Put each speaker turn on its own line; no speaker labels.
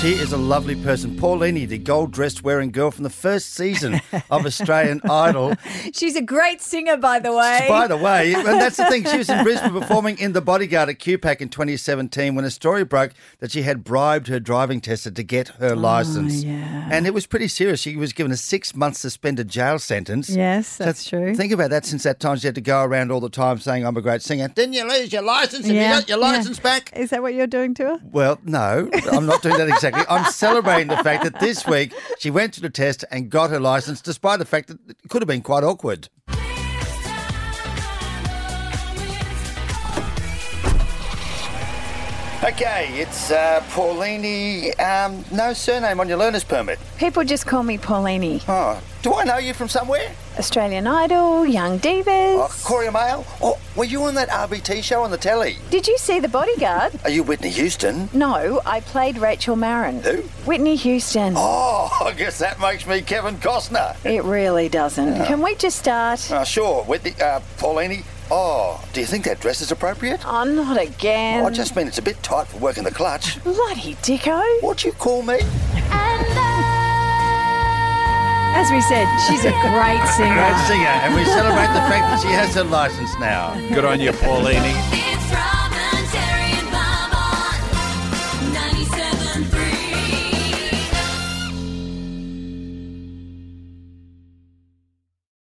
She is a lovely person. Paulini, the gold dressed wearing girl from the first season of Australian Idol.
She's a great singer, by the way.
By the way, and that's the thing, she was in Brisbane performing in The Bodyguard at QPAC in 2017 when a story broke that she had bribed her driving tester to get her license.
Oh, yeah.
And it was pretty serious. She was given a six month suspended jail sentence.
yes,
So
that's true.
Think about that since that time she had to go around all the time saying, I'm a great singer. Didn't you lose your license? Have
Yeah,
you got your
yeah.
license back?
Is that what you're doing to her?
Well, no, I'm not doing that exactly. I'm celebrating the fact that this week she went to the test and got her license, despite the fact that it could have been quite awkward. Okay, it's uh, Paulini. Um, no surname on your learner's permit.
People just call me Paulini.
Oh, do I know you from somewhere?
Australian Idol, Young Divas.
Oh, Corey Mail? Oh, were you on that RBT show on the telly?
Did you see The Bodyguard?
Are you Whitney Houston?
No, I played Rachel Marin.
Who?
Whitney Houston.
Oh, I guess that makes me Kevin Costner.
It really doesn't. Can we just start?
Uh, sure, Whitney, uh, Paulini. Oh, do you think that dress is appropriate?
Oh, not again.
I just mean it's a bit tight for working the clutch.
Bloody dicko.
What do you call me?
As we said, she's a great singer.
singer, and we celebrate the fact that she has her license now.
Good on you, Paulini.